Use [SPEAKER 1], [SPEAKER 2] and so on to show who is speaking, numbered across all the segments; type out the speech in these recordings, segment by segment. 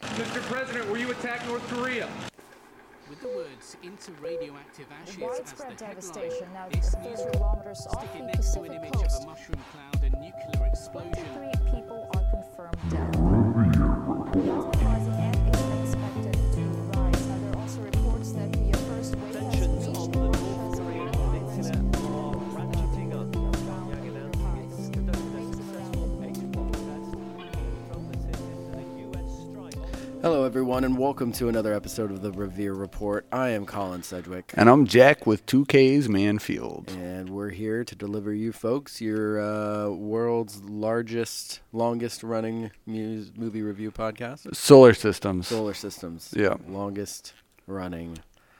[SPEAKER 1] Mr. President, will you attack North Korea?
[SPEAKER 2] With the words into radioactive ashes as the
[SPEAKER 3] widespread devastation now
[SPEAKER 2] headline,
[SPEAKER 3] just
[SPEAKER 2] this
[SPEAKER 3] 30
[SPEAKER 2] news
[SPEAKER 3] kilometers off
[SPEAKER 2] stick it
[SPEAKER 3] the
[SPEAKER 2] next to an
[SPEAKER 3] Pacific
[SPEAKER 2] image
[SPEAKER 3] coast.
[SPEAKER 2] of a mushroom cloud and nuclear explosion.
[SPEAKER 3] Three people are confirmed dead. Plasma rising and is expected to rise. Now, there are also reports that the first wave has
[SPEAKER 4] Tensions
[SPEAKER 3] reached
[SPEAKER 4] on the
[SPEAKER 3] North
[SPEAKER 4] North Korean
[SPEAKER 3] Islands.
[SPEAKER 4] peninsula are ratcheting up. Pyongyang announcing it's conducted a successful eight-bomb test from the city and a U.S. strike on the
[SPEAKER 5] Hello, everyone, and welcome to another episode of the Revere Report. I am Colin Sedgwick,
[SPEAKER 6] And I'm Jack with 2K's Manfield.
[SPEAKER 5] and we're here to deliver you folks your uh, world's largest, longest running mu- movie review podcast
[SPEAKER 6] Solar Systems
[SPEAKER 5] Solar Systems.
[SPEAKER 6] Yeah.
[SPEAKER 5] Longest running.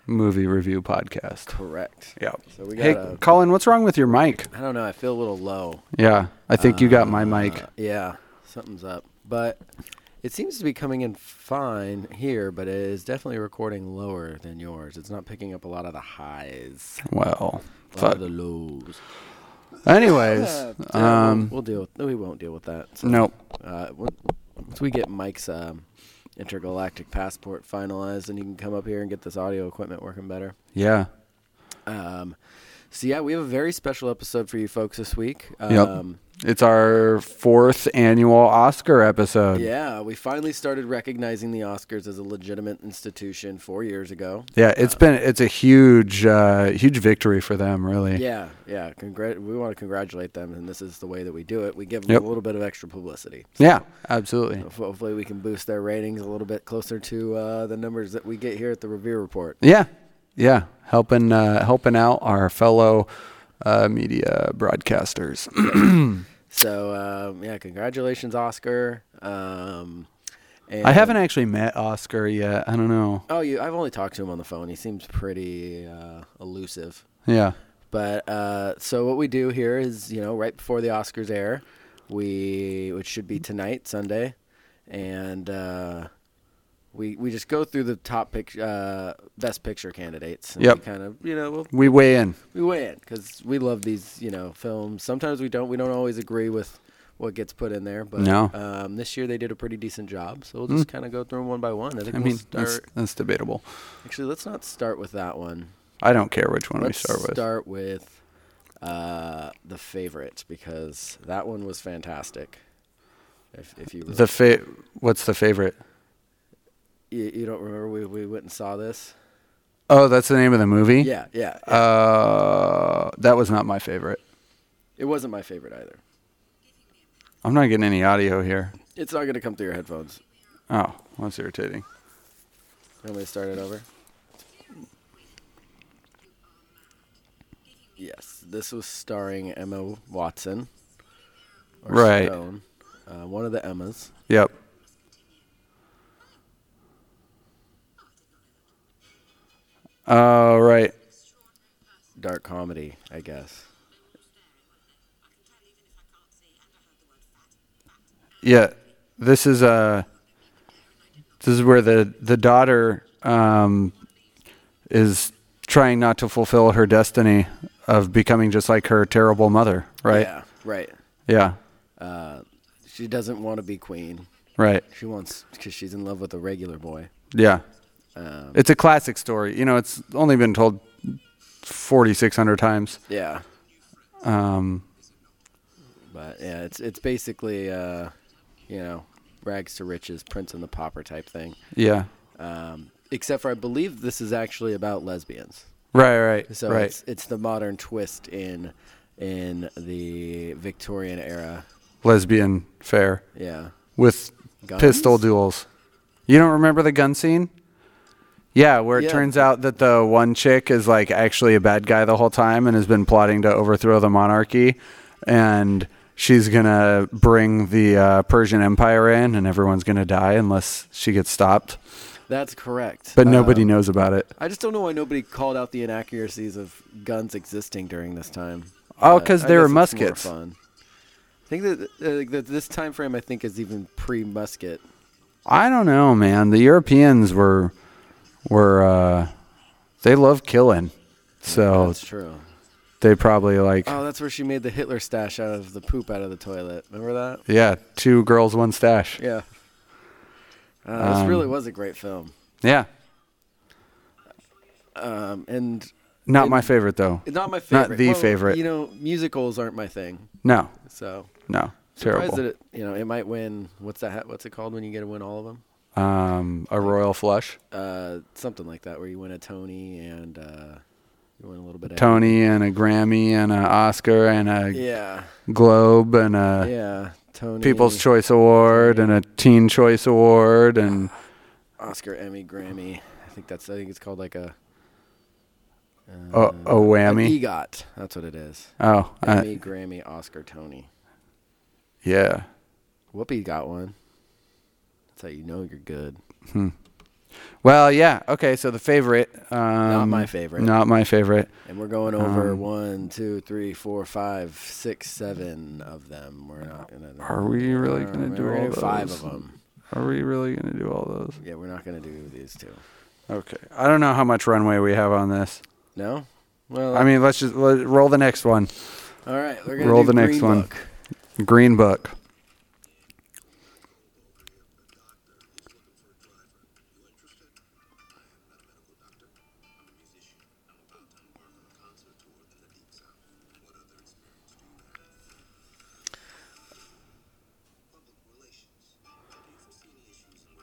[SPEAKER 6] movie review podcast.
[SPEAKER 5] Correct.
[SPEAKER 6] Yeah.
[SPEAKER 5] So we got.
[SPEAKER 6] hey,
[SPEAKER 5] a-
[SPEAKER 6] Colin, what's wrong with your mic?
[SPEAKER 5] I don't know. I feel a little low.
[SPEAKER 6] Yeah, I think you got my mic.
[SPEAKER 5] Uh, yeah, something's up. But it seems to be coming in fine here, but it is definitely recording lower than yours. It's not picking up a lot of the highs,
[SPEAKER 6] Well,
[SPEAKER 5] a lot
[SPEAKER 6] fuck.
[SPEAKER 5] of the lows.
[SPEAKER 6] Anyways,
[SPEAKER 5] Uh, Yeah,
[SPEAKER 6] um,
[SPEAKER 5] we'll, we'll deal. With, we won't deal with that. So,
[SPEAKER 6] nope.
[SPEAKER 5] Uh, on- once we get Mike's um, intergalactic passport finalized, and he can come up here and get this audio equipment working better.
[SPEAKER 6] Yeah.
[SPEAKER 5] Um, so yeah, we have a very special episode for you folks this week.
[SPEAKER 6] Yep.
[SPEAKER 5] Um,
[SPEAKER 6] It's our fourth annual Oscar episode.
[SPEAKER 5] Yeah, we finally started recognizing the Oscars as a legitimate institution four years ago.
[SPEAKER 6] Yeah, it's been it's a huge uh huge victory for them, really.
[SPEAKER 5] Yeah, yeah. Congrat- we want to congratulate them, and this is the way that we do it. We give them
[SPEAKER 6] Yep.
[SPEAKER 5] a little bit of extra publicity.
[SPEAKER 6] Yeah, absolutely.
[SPEAKER 5] Hopefully, we can boost their ratings a little bit closer to uh, the numbers that we get here at the Revere Report.
[SPEAKER 6] Yeah, yeah, helping uh, helping out our fellow uh, media broadcasters.
[SPEAKER 5] So, um, yeah, congratulations, Oscar. Um, and
[SPEAKER 6] I haven't actually met Oscar yet. I don't know.
[SPEAKER 5] Oh, you? I've only talked to him on the phone. He seems pretty uh, elusive.
[SPEAKER 6] Yeah,
[SPEAKER 5] But uh, so what we do here is, you know, right before the Oscars air, we which should be tonight, Sunday, and uh, we we just go through the top pic, uh, best picture candidates. And
[SPEAKER 6] Yep.
[SPEAKER 5] We kind of, you know, we'll,
[SPEAKER 6] we weigh in.
[SPEAKER 5] we weigh in because we love these, you know, films. Sometimes we don't. We don't always agree with what gets put in there. But
[SPEAKER 6] No. Mm.
[SPEAKER 5] um, this year they did a pretty decent job. So we'll just kind of go through them one by one. I think
[SPEAKER 6] I
[SPEAKER 5] we'll
[SPEAKER 6] mean, that's,
[SPEAKER 5] start.
[SPEAKER 6] that's debatable.
[SPEAKER 5] Actually, let's not start with that one.
[SPEAKER 6] I don't care which one
[SPEAKER 5] Let's
[SPEAKER 6] we start with.
[SPEAKER 5] start with uh, the favorite because that one was fantastic. If, if you really,
[SPEAKER 6] the fa- What's the favorite?
[SPEAKER 5] you, you don't remember, we, we went and saw this.
[SPEAKER 6] Oh, that's the name of the movie.
[SPEAKER 5] Yeah, yeah. yeah.
[SPEAKER 6] Uh, that was not my favorite.
[SPEAKER 5] it wasn't my favorite either.
[SPEAKER 6] I'm not getting any audio here.
[SPEAKER 5] It's not going to come through your headphones.
[SPEAKER 6] Oh, that's irritating.
[SPEAKER 5] You want me to start it over? Yes, this was starring Emma Watson. or
[SPEAKER 6] Right.
[SPEAKER 5] Stone, uh, one of the Emmas.
[SPEAKER 6] Yep. Oh, right.
[SPEAKER 5] Dark comedy, I guess.
[SPEAKER 6] Yeah, this is uh, this is where the the daughter um, is trying not to fulfill her destiny of becoming just like her terrible mother, right?
[SPEAKER 5] Yeah, right.
[SPEAKER 6] Yeah,
[SPEAKER 5] She doesn't want to be queen.
[SPEAKER 6] right.
[SPEAKER 5] She wants because she's in love with a regular boy.
[SPEAKER 6] Yeah,
[SPEAKER 5] Um,
[SPEAKER 6] it's a classic story. You know, it's only been told forty six hundred times.
[SPEAKER 5] Yeah,
[SPEAKER 6] Um,
[SPEAKER 5] but yeah, it's it's basically uh, you know rags to riches, prince and the pauper type thing.
[SPEAKER 6] yeah,
[SPEAKER 5] Except for I believe this is actually about lesbians.
[SPEAKER 6] right, right,
[SPEAKER 5] So
[SPEAKER 6] right.
[SPEAKER 5] it's it's the modern twist in in the Victorian era.
[SPEAKER 6] Lesbian fair
[SPEAKER 5] Yeah,
[SPEAKER 6] with
[SPEAKER 5] Guns?
[SPEAKER 6] pistol duels. You don't remember the gun scene? Yeah, where it
[SPEAKER 5] Yeah.
[SPEAKER 6] turns out that the one chick is like actually a bad guy the whole time and has been plotting to overthrow the monarchy, and she's gonna bring the uh, Persian Empire in, and everyone's gonna die unless she gets stopped.
[SPEAKER 5] that's correct.
[SPEAKER 6] But
[SPEAKER 5] Uh,
[SPEAKER 6] nobody knows about it.
[SPEAKER 5] I just don't know why nobody called out the inaccuracies of guns existing during this time.
[SPEAKER 6] Oh,
[SPEAKER 5] But
[SPEAKER 6] 'cause
[SPEAKER 5] I
[SPEAKER 6] they were
[SPEAKER 5] guess it's more
[SPEAKER 6] muskets.
[SPEAKER 5] fun. I think that, uh, that this time frame, I think, is even pre-musket.
[SPEAKER 6] I don't know, man. The Europeans were were uh, they love killing, so
[SPEAKER 5] That's true.
[SPEAKER 6] they probably like
[SPEAKER 5] Oh, that's where she made the Hitler stash out of the poop out of the toilet. Remember that?
[SPEAKER 6] yeah, two girls, one stash.
[SPEAKER 5] Yeah. Uh,
[SPEAKER 6] Um,
[SPEAKER 5] this really was a great film,
[SPEAKER 6] Yeah.
[SPEAKER 5] um, and
[SPEAKER 6] Not
[SPEAKER 5] It-
[SPEAKER 6] my favorite though.
[SPEAKER 5] not my
[SPEAKER 6] Not
[SPEAKER 5] favorite.
[SPEAKER 6] the
[SPEAKER 5] Well,
[SPEAKER 6] favorite.
[SPEAKER 5] You know, musicals aren't my thing,
[SPEAKER 6] No.
[SPEAKER 5] so
[SPEAKER 6] No.
[SPEAKER 5] surprised
[SPEAKER 6] Terrible.
[SPEAKER 5] that it, you know it might win. What's that? ha- What's it called when you get to win all of them?
[SPEAKER 6] um, a royal flush.
[SPEAKER 5] Uh, something like that, where you win a Tony and uh, you win a little bit of
[SPEAKER 6] Tony and a Grammy and an Oscar and a
[SPEAKER 5] Yeah,
[SPEAKER 6] Globe and a
[SPEAKER 5] yeah. Tony.
[SPEAKER 6] Uh, People's Choice Award and a Teen Choice Award and
[SPEAKER 5] Oscar, Emmy, Grammy. I think that's. I think it's called like a.
[SPEAKER 6] a,
[SPEAKER 5] Uh,
[SPEAKER 6] a whammy.
[SPEAKER 5] An EGOT. That's what it is.
[SPEAKER 6] Oh, uh,
[SPEAKER 5] Emmy, Grammy, Oscar, Tony.
[SPEAKER 6] yeah.
[SPEAKER 5] Whoopi got one. That's how you know you're good.
[SPEAKER 6] Well, yeah. Okay, so the favorite. Um, not
[SPEAKER 5] my favorite.
[SPEAKER 6] Not my favorite.
[SPEAKER 5] And we're going over
[SPEAKER 6] Um,
[SPEAKER 5] one, two, three, four, five, six, seven of them. We're not gonna.
[SPEAKER 6] Are we really
[SPEAKER 5] we're
[SPEAKER 6] gonna do
[SPEAKER 5] we're
[SPEAKER 6] all
[SPEAKER 5] gonna do five
[SPEAKER 6] those?
[SPEAKER 5] of them?
[SPEAKER 6] Are we really gonna do all those?
[SPEAKER 5] Yeah, we're not gonna do these two.
[SPEAKER 6] Okay. I don't know how much runway we have on this.
[SPEAKER 5] No. Well,
[SPEAKER 6] I mean, let's just let, roll the next one.
[SPEAKER 5] all right. We're gonna
[SPEAKER 6] roll
[SPEAKER 5] do
[SPEAKER 6] the next
[SPEAKER 5] Green
[SPEAKER 6] one.
[SPEAKER 5] Book.
[SPEAKER 6] Green Book.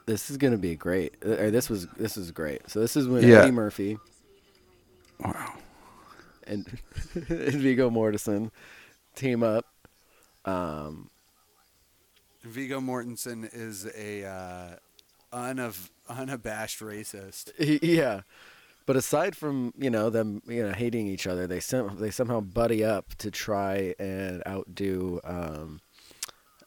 [SPEAKER 5] This is gonna be great. Uh, Or this was this is great. So this is when
[SPEAKER 6] Yeah.
[SPEAKER 5] Eddie Murphy. Wow. And and Viggo Mortensen team up.
[SPEAKER 6] Vigo Mortensen is a uh, unav- unabashed racist.
[SPEAKER 5] yeah. But aside from you know them you know hating each other, they sem- they somehow buddy up to try and outdo um,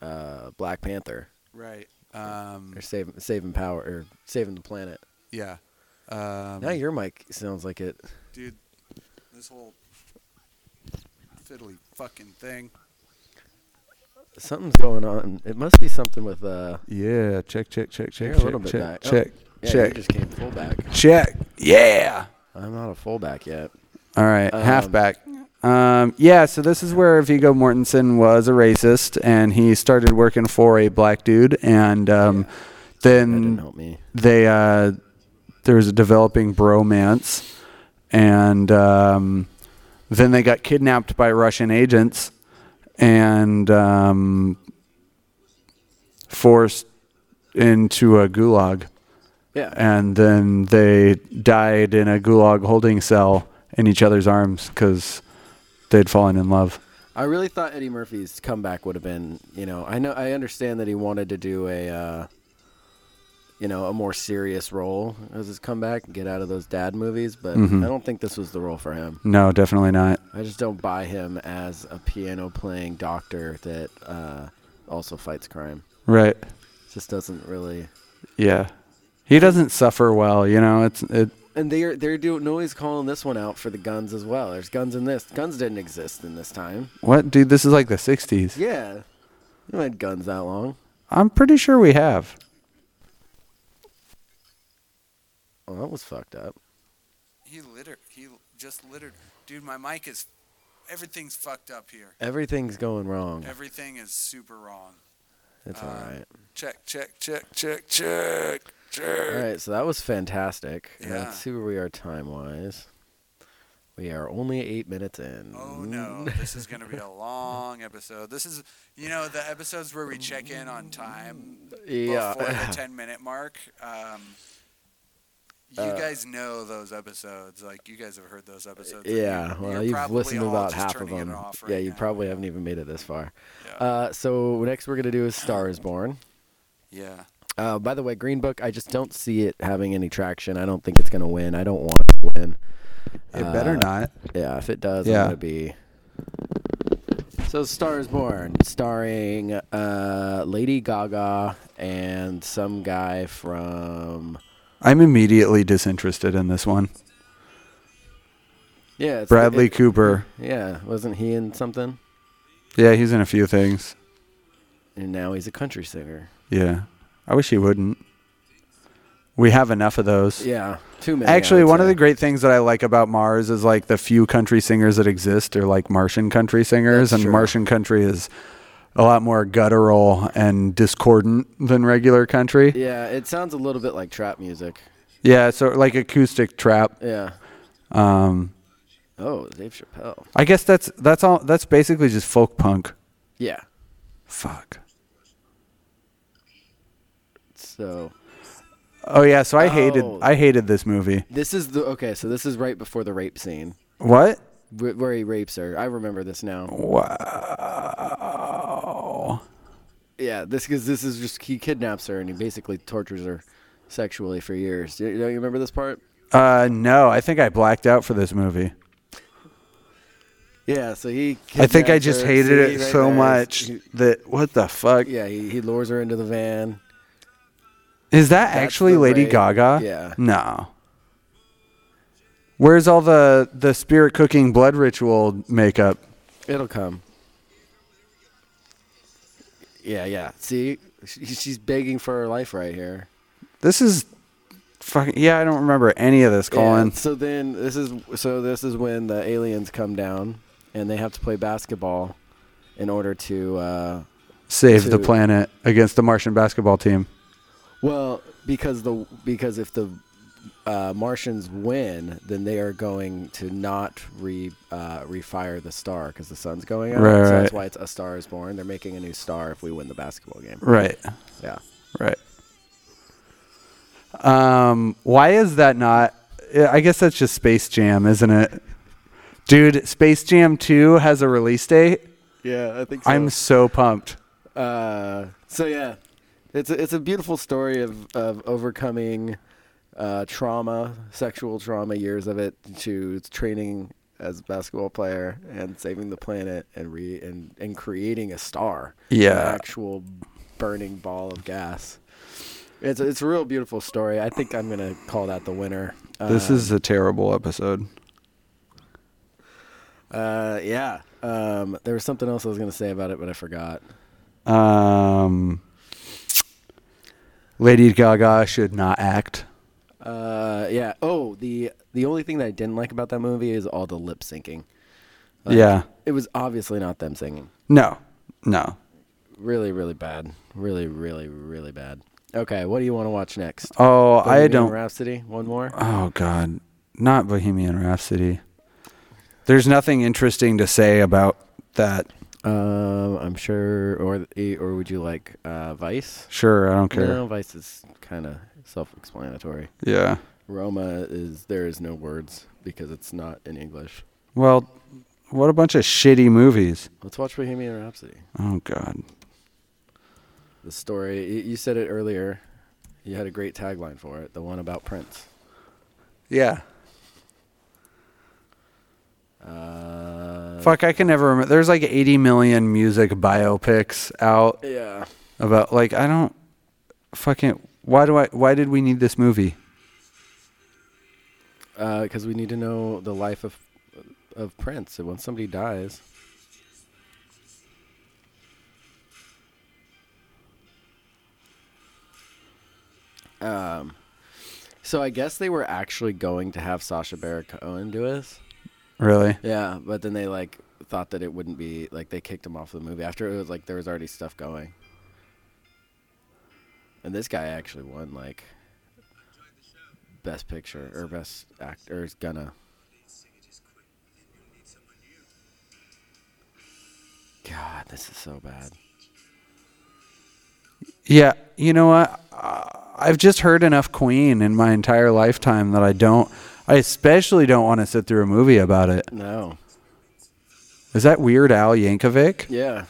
[SPEAKER 5] uh, Black Panther
[SPEAKER 6] Right. Um,
[SPEAKER 5] or save saving power or saving the planet.
[SPEAKER 6] yeah. Um,
[SPEAKER 5] Now your mic sounds like it.
[SPEAKER 6] dude, this whole fiddly fucking thing.
[SPEAKER 5] Something's going on. It must be something with uh.
[SPEAKER 6] Yeah. Check. Check. Check.
[SPEAKER 5] you're
[SPEAKER 6] Check.
[SPEAKER 5] a little
[SPEAKER 6] Check. Check.
[SPEAKER 5] bit back. Oh,
[SPEAKER 6] Check.
[SPEAKER 5] yeah, You
[SPEAKER 6] check.
[SPEAKER 5] just came fullback.
[SPEAKER 6] Check. Yeah.
[SPEAKER 5] I'm not a fullback yet.
[SPEAKER 6] All right,
[SPEAKER 5] Um,
[SPEAKER 6] halfback. Um, yeah, so this is where Vigo Mortensen was a racist, and he started working for a black dude, and um,
[SPEAKER 5] That didn't
[SPEAKER 6] then
[SPEAKER 5] help me.
[SPEAKER 6] they uh, there was a developing bromance, and um, then they got kidnapped by Russian agents, and um, forced into a gulag
[SPEAKER 5] Yeah.
[SPEAKER 6] and then they died in a gulag holding cell in each other's arms because they'd fallen in love.
[SPEAKER 5] I really thought Eddie Murphy's comeback would have been, you know, I know I understand that he wanted to do a uh, you know, a more serious role as his comeback and get out of those dad movies, but I don't think this was the role for him.
[SPEAKER 6] No, definitely not.
[SPEAKER 5] I just don't buy him as a piano playing doctor that uh, also fights crime.
[SPEAKER 6] Right?
[SPEAKER 5] Just doesn't really
[SPEAKER 6] Yeah. He doesn't suffer well, you know. It's it.
[SPEAKER 5] and they're they're doing nobody's calling this one out for the guns as well. There's guns in this. Guns didn't exist in this time.
[SPEAKER 6] What, dude? This is like the '60s.
[SPEAKER 5] Yeah. You had guns that long.
[SPEAKER 6] I'm pretty sure we have.
[SPEAKER 5] Well, that was fucked up.
[SPEAKER 6] He littered. He just littered. Dude, my mic is. Everything's fucked up here.
[SPEAKER 5] Everything's going wrong.
[SPEAKER 6] Everything is super wrong.
[SPEAKER 5] It's
[SPEAKER 6] Um,
[SPEAKER 5] all right.
[SPEAKER 6] Check, check, check, check, check, check.
[SPEAKER 5] All right, so that was fantastic. And
[SPEAKER 6] Yeah.
[SPEAKER 5] Let's see where we are time wise. We are only eight minutes in.
[SPEAKER 6] Oh no, this is going to be a long episode. This is, you know, the episodes where we check in on time before
[SPEAKER 5] Yeah.
[SPEAKER 6] the 10 minute mark. Um, you
[SPEAKER 5] Uh,
[SPEAKER 6] guys know those episodes. Like, you guys have heard those episodes. and
[SPEAKER 5] Yeah,
[SPEAKER 6] you're-
[SPEAKER 5] well,
[SPEAKER 6] you're
[SPEAKER 5] you've
[SPEAKER 6] probably
[SPEAKER 5] listened to
[SPEAKER 6] all
[SPEAKER 5] about
[SPEAKER 6] just
[SPEAKER 5] half of
[SPEAKER 6] turning it
[SPEAKER 5] them.
[SPEAKER 6] off
[SPEAKER 5] yeah,
[SPEAKER 6] right
[SPEAKER 5] you
[SPEAKER 6] now.
[SPEAKER 5] probably haven't even made it this far.
[SPEAKER 6] Yeah.
[SPEAKER 5] Uh, so next we're gonna do is Star
[SPEAKER 6] uh,
[SPEAKER 5] is Born.
[SPEAKER 6] yeah.
[SPEAKER 5] Uh, by the way, Green Book, I just don't see it having any traction. I don't think it's gonna win. I don't want it to win.
[SPEAKER 6] It better
[SPEAKER 5] Uh,
[SPEAKER 6] not.
[SPEAKER 5] Yeah, if it does,
[SPEAKER 6] Yeah.
[SPEAKER 5] I'm gonna be. So, Star is Born, starring uh, Lady Gaga and some guy from.
[SPEAKER 6] I'm immediately disinterested in this one.
[SPEAKER 5] Yeah, it's
[SPEAKER 6] Bradley
[SPEAKER 5] it-
[SPEAKER 6] Cooper.
[SPEAKER 5] yeah, wasn't he in something?
[SPEAKER 6] Yeah, he's in a few things.
[SPEAKER 5] And now he's a country singer.
[SPEAKER 6] Yeah. I wish he wouldn't. We have enough of those.
[SPEAKER 5] Yeah, too many. I
[SPEAKER 6] Actually,
[SPEAKER 5] would
[SPEAKER 6] one of
[SPEAKER 5] say.
[SPEAKER 6] the great things that I like about Mars is like the few country singers that exist are like Martian country singers,
[SPEAKER 5] That's
[SPEAKER 6] and
[SPEAKER 5] true.
[SPEAKER 6] Martian country is a lot more guttural and discordant than regular country. Yeah,
[SPEAKER 5] Yeah, it sounds a little bit like trap music.
[SPEAKER 6] so like acoustic trap.
[SPEAKER 5] Yeah.
[SPEAKER 6] Um,
[SPEAKER 5] Oh, Dave Chappelle.
[SPEAKER 6] I guess that's that's all. That's basically just folk punk.
[SPEAKER 5] Yeah.
[SPEAKER 6] Fuck.
[SPEAKER 5] So
[SPEAKER 6] Oh yeah, so I hated
[SPEAKER 5] Oh.
[SPEAKER 6] I hated this movie.
[SPEAKER 5] this is the okay. So this is right before the rape scene
[SPEAKER 6] What?
[SPEAKER 5] wh- where he rapes her. I remember this now.
[SPEAKER 6] Wow.
[SPEAKER 5] Yeah, this because this is just he kidnaps her and he basically tortures her sexually for years. You, you know, you remember this part?
[SPEAKER 6] Uh no, I think I blacked out for this movie.
[SPEAKER 5] Yeah. So he.
[SPEAKER 6] I think I
[SPEAKER 5] kidnaps
[SPEAKER 6] just
[SPEAKER 5] her.
[SPEAKER 6] hated
[SPEAKER 5] See,
[SPEAKER 6] it
[SPEAKER 5] right
[SPEAKER 6] so
[SPEAKER 5] there,
[SPEAKER 6] much
[SPEAKER 5] he-
[SPEAKER 6] that what the fuck?
[SPEAKER 5] yeah, he, he lures her into the van.
[SPEAKER 6] Is that
[SPEAKER 5] That's
[SPEAKER 6] actually
[SPEAKER 5] the
[SPEAKER 6] Lady
[SPEAKER 5] rape.
[SPEAKER 6] Gaga?
[SPEAKER 5] Yeah.
[SPEAKER 6] No. Where's all the the spirit cooking blood ritual makeup?
[SPEAKER 5] It'll come. Yeah, yeah. See, she, she's begging for her life right here.
[SPEAKER 6] This is fucking yeah, I don't remember any of this, Colin.
[SPEAKER 5] And so then this is so this is when the aliens come down and they have to play basketball in order to uh
[SPEAKER 6] Save the
[SPEAKER 5] to-
[SPEAKER 6] planet against the Martian basketball team.
[SPEAKER 5] well because the because if the uh, Martians win, then they are going to not re uh, refire the star because the sun's going out.
[SPEAKER 6] Right,
[SPEAKER 5] so
[SPEAKER 6] right.
[SPEAKER 5] that's why it's a star is born. They're making a new star if we win the basketball game.
[SPEAKER 6] Right.
[SPEAKER 5] Yeah.
[SPEAKER 6] Right. Um, why is that not? I guess that's just Space Jam, isn't it? Dude, Space Jam 2 has a release date.
[SPEAKER 5] Yeah, I think. So.
[SPEAKER 6] I'm so pumped.
[SPEAKER 5] Uh, so yeah, it's a, it's a beautiful story of of overcoming uh, trauma, sexual trauma, years of it, to training as a basketball player and saving the planet and re and, and creating a star.
[SPEAKER 6] Yeah.
[SPEAKER 5] an actual burning ball of gas. It's it's a real beautiful story. I think I'm gonna call that the winner.
[SPEAKER 6] This
[SPEAKER 5] Um,
[SPEAKER 6] is a terrible episode.
[SPEAKER 5] uh, yeah. Um, there was something else I was gonna say about it, but I forgot.
[SPEAKER 6] Um, Lady Gaga should not act.
[SPEAKER 5] Uh, yeah. Oh, the the only thing that I didn't like about that movie is all the lip syncing.
[SPEAKER 6] yeah.
[SPEAKER 5] It was obviously not them singing.
[SPEAKER 6] No. No.
[SPEAKER 5] Really, really bad. Really, really, really bad. Okay, what do you want to watch next?
[SPEAKER 6] Oh, I
[SPEAKER 5] Bohemian
[SPEAKER 6] don't.
[SPEAKER 5] Rhapsody. One more.
[SPEAKER 6] Oh God, not Bohemian Rhapsody. There's nothing interesting to say about that.
[SPEAKER 5] Um, I'm sure. Or or would you like uh, Vice?
[SPEAKER 6] Sure, I don't care.
[SPEAKER 5] No, Vice is kind of self-explanatory.
[SPEAKER 6] Yeah.
[SPEAKER 5] Roma is there is no words because it's not in English.
[SPEAKER 6] Well, what a bunch of shitty movies.
[SPEAKER 5] Let's watch Bohemian Rhapsody.
[SPEAKER 6] Oh God.
[SPEAKER 5] The story y- you said it earlier. You had a great tagline for it, the one about Prince.
[SPEAKER 6] Yeah.
[SPEAKER 5] Uh,
[SPEAKER 6] Fuck, I can never remember. There's like 80 million music biopics out
[SPEAKER 5] Yeah.
[SPEAKER 6] about like I don't fucking why do I why did we need this movie?
[SPEAKER 5] Because Uh, we need to know the life of of Prince. And when somebody dies, um, so I guess they were actually going to have Sasha Baron Cohen do this.
[SPEAKER 6] Really?
[SPEAKER 5] Yeah, but then they like thought that it wouldn't be like they kicked him off the movie after it was like there was already stuff going. And this guy actually won like best picture or best actor is gonna. God, this is so bad.
[SPEAKER 6] Yeah, you know what? Uh, I've just heard enough Queen in my entire lifetime that I don't I especially don't want to sit through a movie about it.
[SPEAKER 5] No.
[SPEAKER 6] Is that Weird Al Yankovic?
[SPEAKER 5] Yeah.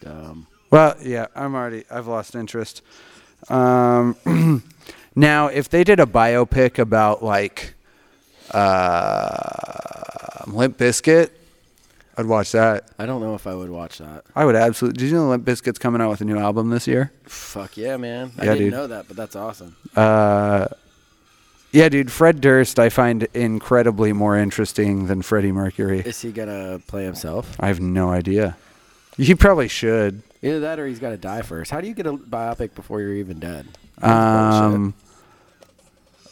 [SPEAKER 5] Dumb.
[SPEAKER 6] Well, yeah, I'm already. I've lost interest. Um, now, if they did a biopic about like uh, Limp Biscuit, I'd watch that.
[SPEAKER 5] I don't know if I would watch that.
[SPEAKER 6] I would absolutely. Did you know Limp Biscuit's coming out with a new album this year?
[SPEAKER 5] Fuck yeah, man. I
[SPEAKER 6] Yeah,
[SPEAKER 5] didn't
[SPEAKER 6] dude.
[SPEAKER 5] know that, but that's awesome.
[SPEAKER 6] Yeah, dude. Fred Durst, I find incredibly more interesting than Freddie Mercury.
[SPEAKER 5] Is he gonna play himself?
[SPEAKER 6] I have no idea. He probably should.
[SPEAKER 5] Either that or he's got to die first. How do you get a biopic before you're even dead? That's bullshit.
[SPEAKER 6] Um,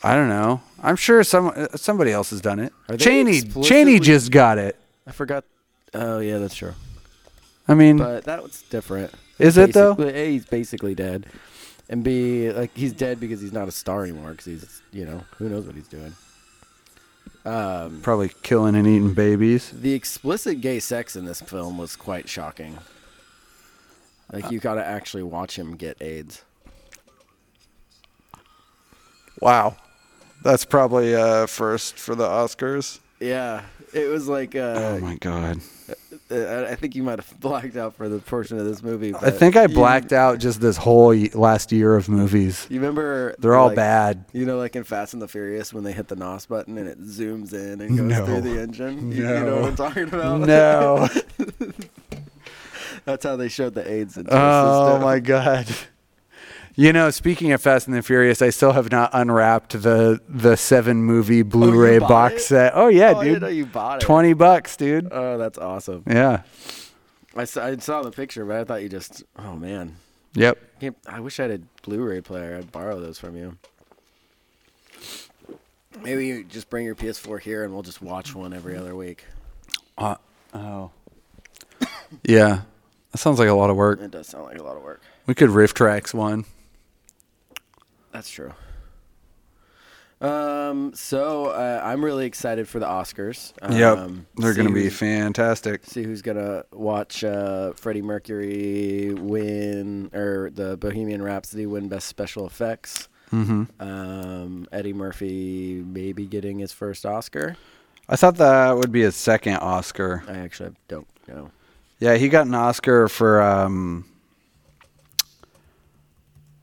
[SPEAKER 6] I don't know. I'm sure some uh, somebody else has done it.
[SPEAKER 5] Are they
[SPEAKER 6] Cheney Cheney
[SPEAKER 5] explicitly-
[SPEAKER 6] just got it.
[SPEAKER 5] I forgot. Oh yeah, that's true.
[SPEAKER 6] I mean,
[SPEAKER 5] But that was different.
[SPEAKER 6] Is it, though?
[SPEAKER 5] Basically- A, he's basically dead, and B, like he's dead because he's not a star anymore. Because he's, you know, who knows what he's doing. Um,
[SPEAKER 6] probably killing and eating babies.
[SPEAKER 5] the explicit gay sex in this film was quite shocking. Like you gotta actually watch him get AIDS.
[SPEAKER 6] Wow, that's probably uh, first for the Oscars.
[SPEAKER 5] Yeah, it was like
[SPEAKER 6] oh
[SPEAKER 5] uh,
[SPEAKER 6] my god!
[SPEAKER 5] uh, I I think you might have blacked out for the portion of this movie.
[SPEAKER 6] I
[SPEAKER 5] but
[SPEAKER 6] think I
[SPEAKER 5] you-
[SPEAKER 6] blacked out just this whole y- last year of movies.
[SPEAKER 5] You, remember?
[SPEAKER 6] They're all
[SPEAKER 5] like,
[SPEAKER 6] bad.
[SPEAKER 5] You know, like in Fast and the Furious, when they hit the NOS button and it zooms in and goes
[SPEAKER 6] No.
[SPEAKER 5] through the engine. You, you know what I'm talking about?
[SPEAKER 6] No.
[SPEAKER 5] That's how they showed the AIDS into the
[SPEAKER 6] Oh
[SPEAKER 5] system.
[SPEAKER 6] my god. You know, speaking of Fast and the Furious, I still have not unwrapped the the seven movie Blu-ray
[SPEAKER 5] Oh, bought
[SPEAKER 6] box
[SPEAKER 5] it?
[SPEAKER 6] set. Oh yeah,
[SPEAKER 5] Oh, I
[SPEAKER 6] dude.
[SPEAKER 5] didn't know you bought it.
[SPEAKER 6] Twenty bucks, dude.
[SPEAKER 5] Oh, that's awesome.
[SPEAKER 6] Yeah.
[SPEAKER 5] I saw, I saw the picture, but I thought you just. Oh man,
[SPEAKER 6] Yep.
[SPEAKER 5] Can't- I wish I had a Blu-ray player. I'd borrow those from you. Maybe you just bring your PS4 here, and we'll just watch one every other week.
[SPEAKER 6] Uh, oh. Yeah. That sounds like a lot of work.
[SPEAKER 5] It does sound like a lot of work.
[SPEAKER 6] We could riff tracks one.
[SPEAKER 5] That's true. Um, so uh, I'm really excited for the Oscars. Um,
[SPEAKER 6] They're
[SPEAKER 5] see
[SPEAKER 6] going to be
[SPEAKER 5] who's-
[SPEAKER 6] fantastic.
[SPEAKER 5] see who's gonna watch uh, Freddie Mercury win or the Bohemian Rhapsody win Best Special Effects.
[SPEAKER 6] hmm
[SPEAKER 5] Um, Eddie Murphy maybe getting his first Oscar.
[SPEAKER 6] I thought that would be his second Oscar.
[SPEAKER 5] I actually don't know.
[SPEAKER 6] Yeah, he got an Oscar for um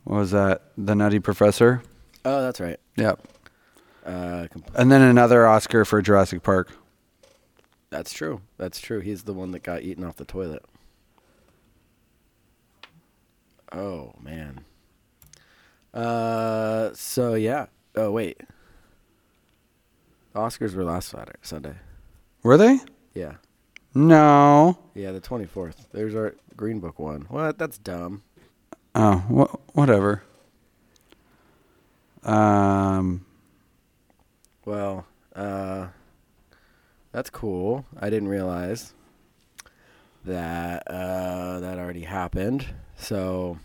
[SPEAKER 6] what was that? The Nutty Professor?
[SPEAKER 5] Oh, that's right.
[SPEAKER 6] Yep.
[SPEAKER 5] Uh, comp-
[SPEAKER 6] And then another Oscar for Jurassic Park.
[SPEAKER 5] that's true. That's true. He's the one that got eaten off the toilet. Oh man. Uh, so yeah. Oh wait. Oscars were last Saturday, Sunday.
[SPEAKER 6] Were they?
[SPEAKER 5] Yeah.
[SPEAKER 6] No.
[SPEAKER 5] Yeah, the 24th. There's our Green Book one. What? That's dumb.
[SPEAKER 6] Oh, wha- whatever. Um
[SPEAKER 5] Well, uh, that's cool. I didn't realize that uh, that already happened. So,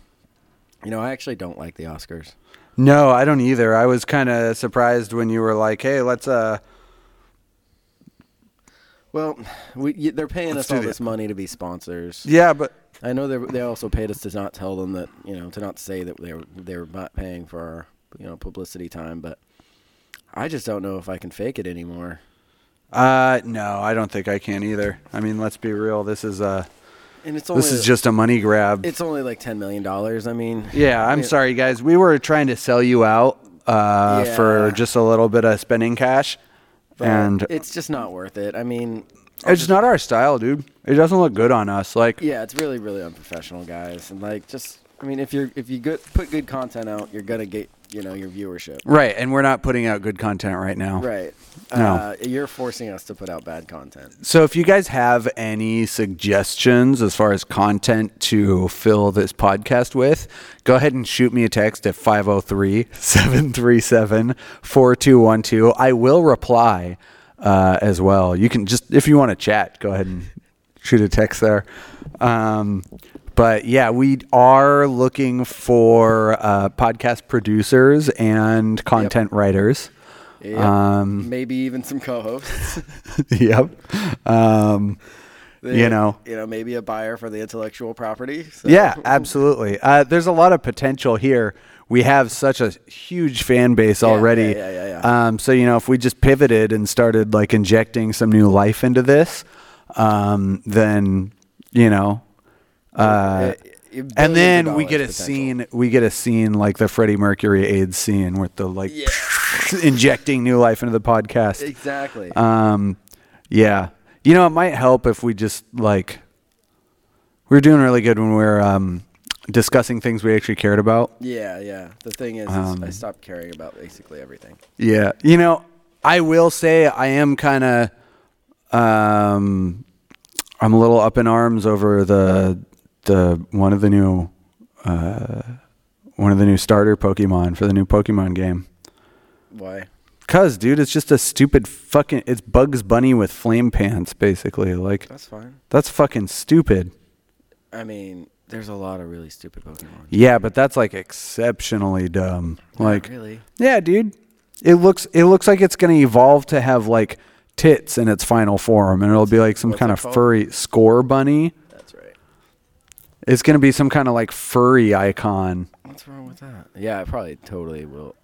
[SPEAKER 5] you know, I actually don't like the Oscars.
[SPEAKER 6] no, I don't either. I was kind of surprised when you were like, "Hey, let's uh
[SPEAKER 5] Well, we, y- they're paying
[SPEAKER 6] Let's
[SPEAKER 5] us
[SPEAKER 6] do
[SPEAKER 5] all
[SPEAKER 6] the-
[SPEAKER 5] this money to be sponsors.
[SPEAKER 6] yeah, but
[SPEAKER 5] I know they they also paid us to not tell them that you know to not say that they were they were not paying for our you know publicity time, but I just don't know if I can fake it anymore.
[SPEAKER 6] uh no, I don't think I can either. I mean, let's be real. This is a
[SPEAKER 5] And it's only
[SPEAKER 6] this is just a money grab.
[SPEAKER 5] it's only like ten million dollars. I mean,
[SPEAKER 6] Yeah, I'm
[SPEAKER 5] Yeah.
[SPEAKER 6] sorry, guys. We were trying to sell you out uh,
[SPEAKER 5] Yeah.
[SPEAKER 6] for just a little bit of spending cash,
[SPEAKER 5] but
[SPEAKER 6] and it's,
[SPEAKER 5] it's just not worth it. I mean,
[SPEAKER 6] not our style, dude. It doesn't look good on us. Like,
[SPEAKER 5] yeah, it's really really unprofessional, guys. And like, just I mean, if you're if you good, put good content out, you're gonna get you know your viewership.
[SPEAKER 6] right, and we're not putting out good content right now.
[SPEAKER 5] Right.
[SPEAKER 6] No.
[SPEAKER 5] Uh, you're forcing us to put out bad content.
[SPEAKER 6] So, if you guys have any suggestions as far as content to fill this podcast with, go ahead and shoot me a text at 503 737 4212. I will reply uh, as well. You can just, if you want to chat, go ahead and shoot a text there. Um, but yeah, we are looking for uh, podcast producers and content writers. Um,
[SPEAKER 5] Maybe even some co-hosts.
[SPEAKER 6] yep. Um, you
[SPEAKER 5] They-
[SPEAKER 6] know.
[SPEAKER 5] You know, maybe a buyer for the intellectual property. So.
[SPEAKER 6] Yeah, absolutely. Uh, there's a lot of potential here. We have such a huge fan base already.
[SPEAKER 5] yeah, yeah, yeah, yeah.
[SPEAKER 6] Um, so you know, if we just pivoted and started like injecting some new life into this, um, then you know, uh,
[SPEAKER 5] Uh, billions of
[SPEAKER 6] and then we
[SPEAKER 5] dollars
[SPEAKER 6] get a
[SPEAKER 5] potential.
[SPEAKER 6] scene. We get a scene like the Freddie Mercury AIDS scene with the like injecting new life into the podcast.
[SPEAKER 5] Exactly.
[SPEAKER 6] Um, yeah, you know, it might help if we just like we were doing really good when we were um, discussing things we actually cared about.
[SPEAKER 5] yeah, yeah. The thing is, is I
[SPEAKER 6] um,
[SPEAKER 5] stopped caring about basically everything.
[SPEAKER 6] Yeah, you know, I will say I am kind of um, I'm a little up in arms over the the one of the new uh, one of the new starter Pokemon for the new Pokemon game.
[SPEAKER 5] Why?
[SPEAKER 6] Cause, dude, it's just a stupid fucking. It's Bugs Bunny with flame pants, basically. Like
[SPEAKER 5] That's fine.
[SPEAKER 6] that's fucking stupid.
[SPEAKER 5] I mean, there's a lot of really stupid Pokemon.
[SPEAKER 6] Yeah, but that's like exceptionally dumb. Like,
[SPEAKER 5] really.
[SPEAKER 6] yeah, dude, it looks it looks like it's gonna evolve to have like tits in its final form, and it'll be like some
[SPEAKER 5] What's
[SPEAKER 6] kind
[SPEAKER 5] it
[SPEAKER 6] of
[SPEAKER 5] called?
[SPEAKER 6] furry score bunny.
[SPEAKER 5] That's right.
[SPEAKER 6] It's gonna be some kind of like furry icon.
[SPEAKER 5] What's wrong with that? Yeah, it probably totally will.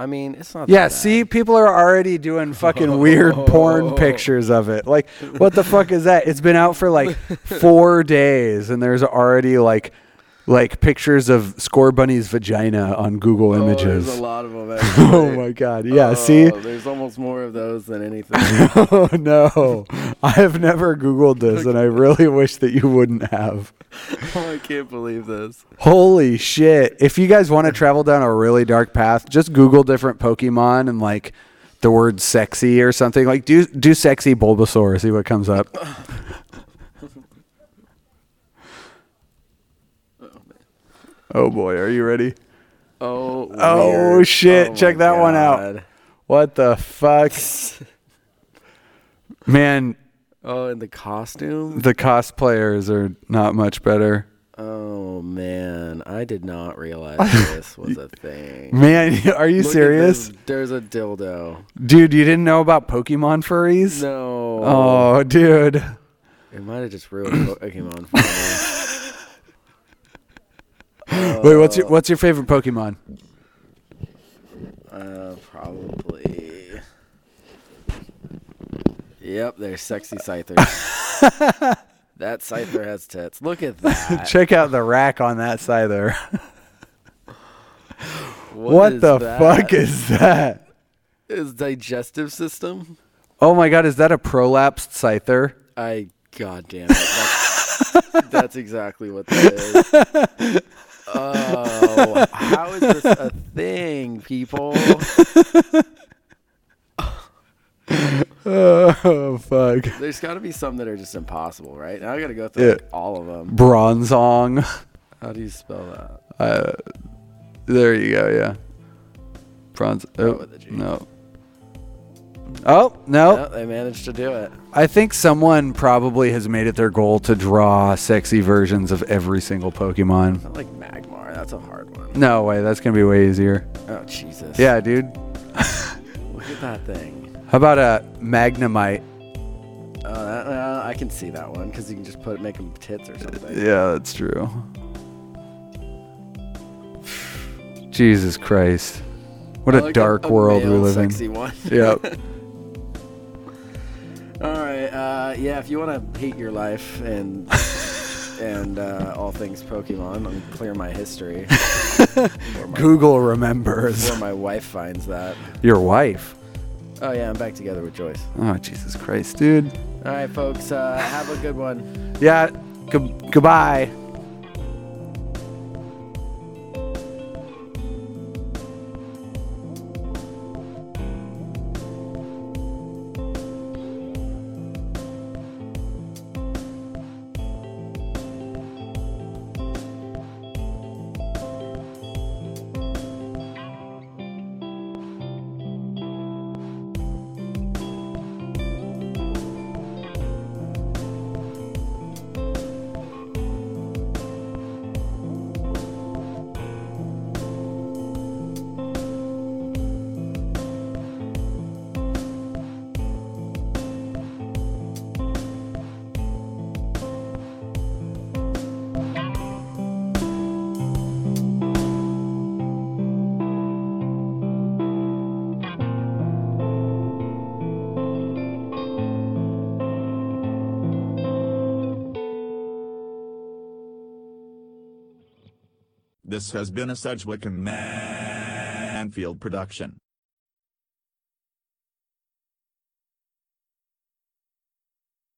[SPEAKER 5] I mean, it's not.
[SPEAKER 6] Yeah,
[SPEAKER 5] that bad.
[SPEAKER 6] see, people are already doing fucking weird porn pictures of it. Like, what the fuck is that? It's been out for like four days, and there's already like, like pictures of Score Bunny's vagina on Google
[SPEAKER 5] Oh,
[SPEAKER 6] Images.
[SPEAKER 5] There's a lot of them.
[SPEAKER 6] oh
[SPEAKER 5] actually.
[SPEAKER 6] my god! Yeah,
[SPEAKER 5] Oh,
[SPEAKER 6] see.
[SPEAKER 5] There's almost more of those than anything.
[SPEAKER 6] Oh no, I have never Googled this, and I really wish that you wouldn't have.
[SPEAKER 5] oh, I can't believe this.
[SPEAKER 6] Holy shit. If you guys want to travel down a really dark path, just Google different Pokemon and like the word sexy or something. Like do do sexy Bulbasaur, see what comes up. Oh boy, are you ready?
[SPEAKER 5] Oh.
[SPEAKER 6] Oh,
[SPEAKER 5] weird.
[SPEAKER 6] shit,
[SPEAKER 5] Oh,
[SPEAKER 6] check
[SPEAKER 5] my
[SPEAKER 6] that one out.
[SPEAKER 5] God.
[SPEAKER 6] What the fuck? Man,
[SPEAKER 5] Oh, and the costume.
[SPEAKER 6] the cosplayers are not much better.
[SPEAKER 5] Oh man, I did not realize this was a thing.
[SPEAKER 6] Man, are you
[SPEAKER 5] Look at
[SPEAKER 6] serious?
[SPEAKER 5] this. There's a dildo.
[SPEAKER 6] Dude, you didn't know about Pokemon furries?
[SPEAKER 5] No.
[SPEAKER 6] Oh, dude.
[SPEAKER 5] It might have just ruined Pokemon for me.
[SPEAKER 6] Wait, what's your what's your favorite Pokemon?
[SPEAKER 5] Uh, probably. Yep, there's sexy Scyther. that Scyther has tits. Look at that.
[SPEAKER 6] Check out the rack on that side there.
[SPEAKER 5] What,
[SPEAKER 6] What
[SPEAKER 5] is
[SPEAKER 6] the
[SPEAKER 5] that?
[SPEAKER 6] fuck is that?
[SPEAKER 5] His digestive system?
[SPEAKER 6] Oh my god, is that a prolapsed Scyther?
[SPEAKER 5] I goddamn it. That's, that's exactly what that is. Oh, how is this a thing, people?
[SPEAKER 6] Oh fuck.
[SPEAKER 5] There's got to be some that are just impossible, right? Now I got to go through like,
[SPEAKER 6] Yeah.
[SPEAKER 5] all of them.
[SPEAKER 6] Bronzong.
[SPEAKER 5] How do you spell that?
[SPEAKER 6] There you go, yeah. Bronze
[SPEAKER 5] Not
[SPEAKER 6] oh,
[SPEAKER 5] with a G.
[SPEAKER 6] no. Oh, no.
[SPEAKER 5] No, they managed to do it.
[SPEAKER 6] I think someone probably has made it their goal to draw sexy versions of every single Pokemon.
[SPEAKER 5] Not like Magmar. That's a hard one.
[SPEAKER 6] No way, that's gonna be way easier.
[SPEAKER 5] Oh, Jesus.
[SPEAKER 6] Yeah, dude.
[SPEAKER 5] Look at that thing.
[SPEAKER 6] How about a Magnemite?
[SPEAKER 5] Oh, that, uh, I can see that one because you can just put make them tits or something.
[SPEAKER 6] Yeah, that's true. Jesus Christ. What a
[SPEAKER 5] Like
[SPEAKER 6] dark world we
[SPEAKER 5] male
[SPEAKER 6] live in.
[SPEAKER 5] Sexy one.
[SPEAKER 6] Yep.
[SPEAKER 5] All right. Uh, yeah, if you want to hate your life and and uh, all things Pokemon, I'm clear my history. before, my,
[SPEAKER 6] Google remembers.
[SPEAKER 5] before my wife finds that.
[SPEAKER 6] Your wife.
[SPEAKER 5] Oh yeah, I'm back together with Joyce.
[SPEAKER 6] Oh, Jesus Christ, dude.
[SPEAKER 5] All right, folks. Uh, have a good one.
[SPEAKER 6] Yeah, g- goodbye.
[SPEAKER 7] This has been a Sedgwick and Man- Manfield production.